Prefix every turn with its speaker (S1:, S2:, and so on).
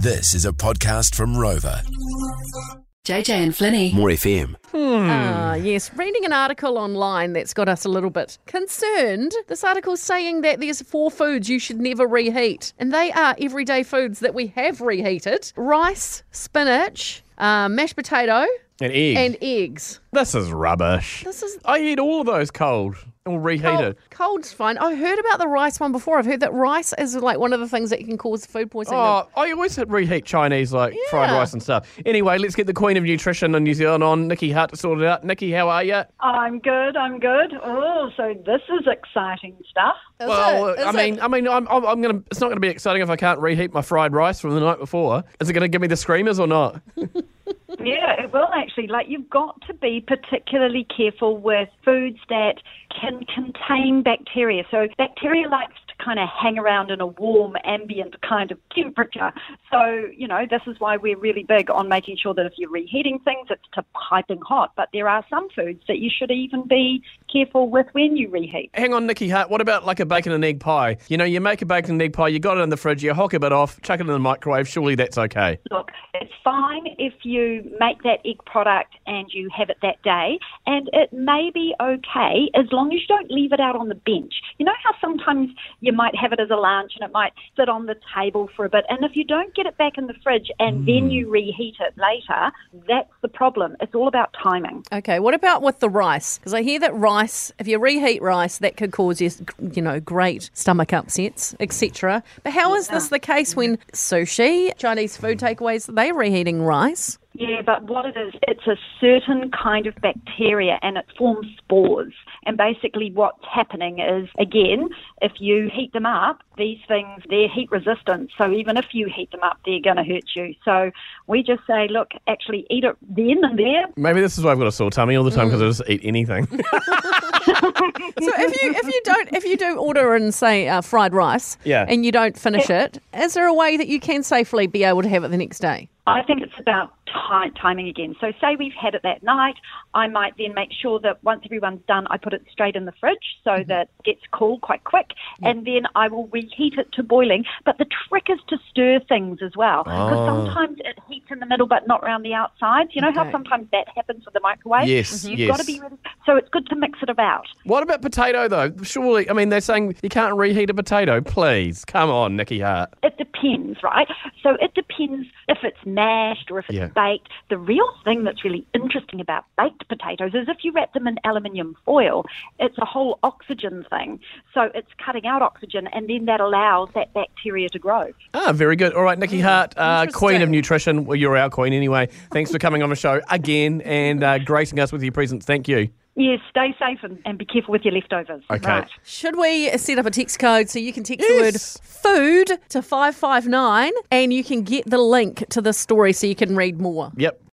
S1: This is a podcast from Rover.
S2: JJ and Flinny.
S3: More FM.
S4: Ah, yes. Reading an article online that's got us a little bit concerned. This article's saying that there's four foods you should never reheat, and they are everyday foods that we have reheated: rice, spinach, uh, mashed potato,
S5: An egg.
S4: and eggs.
S5: this is rubbish.
S4: This is
S5: I eat all of those cold and will reheat
S4: cold,
S5: it.
S4: cold's fine. I heard about the rice one before. I've heard that rice is like one of the things that can cause food poisoning.
S5: Oh, I always hit reheat Chinese like fried
S4: Yeah.
S5: rice and stuff. Anyway, let's get the Queen of Nutrition in New Zealand on, Nikki Hutt, sorted out. Nikki, how are you?
S6: I'm good. I'm good. Oh, so this is exciting stuff.
S4: Is
S5: well,
S4: it?
S5: I
S4: Is
S5: mean,
S4: it?
S5: I mean, I'm, I'm, I'm gonna. It's not gonna be exciting if I can't reheat my fried rice from the night before. Is it gonna give me the screamers or not?
S6: Yeah, it will actually. Like, you've got to be particularly careful with foods that can contain bacteria. So, bacteria likes to kind of hang around in a warm ambient kind of temperature. So, you know, this is why we're really big on making sure that if you're reheating things, it's to piping hot. But there are some foods that you should even be careful with when you reheat.
S5: Hang on, Nikki Hutt. What about like a bacon and egg pie? You know, you make a bacon and egg pie, you got it in the fridge, you hock a bit off, chuck it in the microwave. Surely that's okay.
S6: Look, it's fine if you make that egg product and you have it that day, and it may be okay as long as you don't leave it out on the bench. You know how sometimes you might have it as a lunch and it might sit on the table for a bit, and if you don't get it back in the fridge and then you reheat it later, that's the problem. It's all about timing.
S4: Okay, what about with the rice? Because I hear that rice, if you reheat rice, that could cause you, you know, great stomach upsets, etc. But how is this the case when sushi, Chinese food takeaways, they reheating rice?
S6: Yeah, but what it is, it's a certain kind of bacteria and it forms spores. And basically, what's happening is, again, if you heat them up, these things, they're heat resistant. So even if you heat them up, they're going to hurt you. So we just say, look, actually eat it then and there.
S5: Maybe this is why I've got a sore tummy all the time
S4: Mm.
S5: because I just eat anything.
S4: So if you if you don't if you do order and say uh, fried rice,
S5: Yeah.
S4: and you don't finish it, is there a way that you can safely be able to have it the next day?
S6: I think it's about ti timing again. So, say we've had it that night, I might then make sure that once everyone's done, I put it straight in the fridge so
S5: Mm-hmm.
S6: that it gets cool quite quick, and then I will reheat it to boiling. But the trick is to stir things as well, because
S5: Ah.
S6: sometimes it heats in the middle but not around the outsides. You know
S4: Okay.
S6: how sometimes that happens with the microwave.
S5: Yes,
S6: you've
S5: yes.
S6: got to be ready. So it's good to mix it about.
S5: What about potato though? Surely, I mean, they're saying you can't reheat a potato. Please, come on, Nikki Hart.
S6: It depends, right? So it depends if it's mashed or if it's
S5: Yeah.
S6: baked. The real thing that's really interesting about baked potatoes is if you wrap them in aluminium foil, it's a whole oxygen thing. So it's cutting out oxygen, and then that allows that bacteria to grow.
S5: Ah, very good. All right, Nikki Hart, uh, Queen of
S4: interesting.
S5: Nutrition. Well, you're our queen anyway. Thanks for coming on the show again and uh, gracing us with your presence. Thank you.
S6: Yes, stay safe and, and be careful with your leftovers.
S5: Okay.
S6: Right.
S4: Should we set up a text code so you can text
S5: Yes.
S4: the word food to 559 and you can get the link to this story so you can read more?
S5: Yep.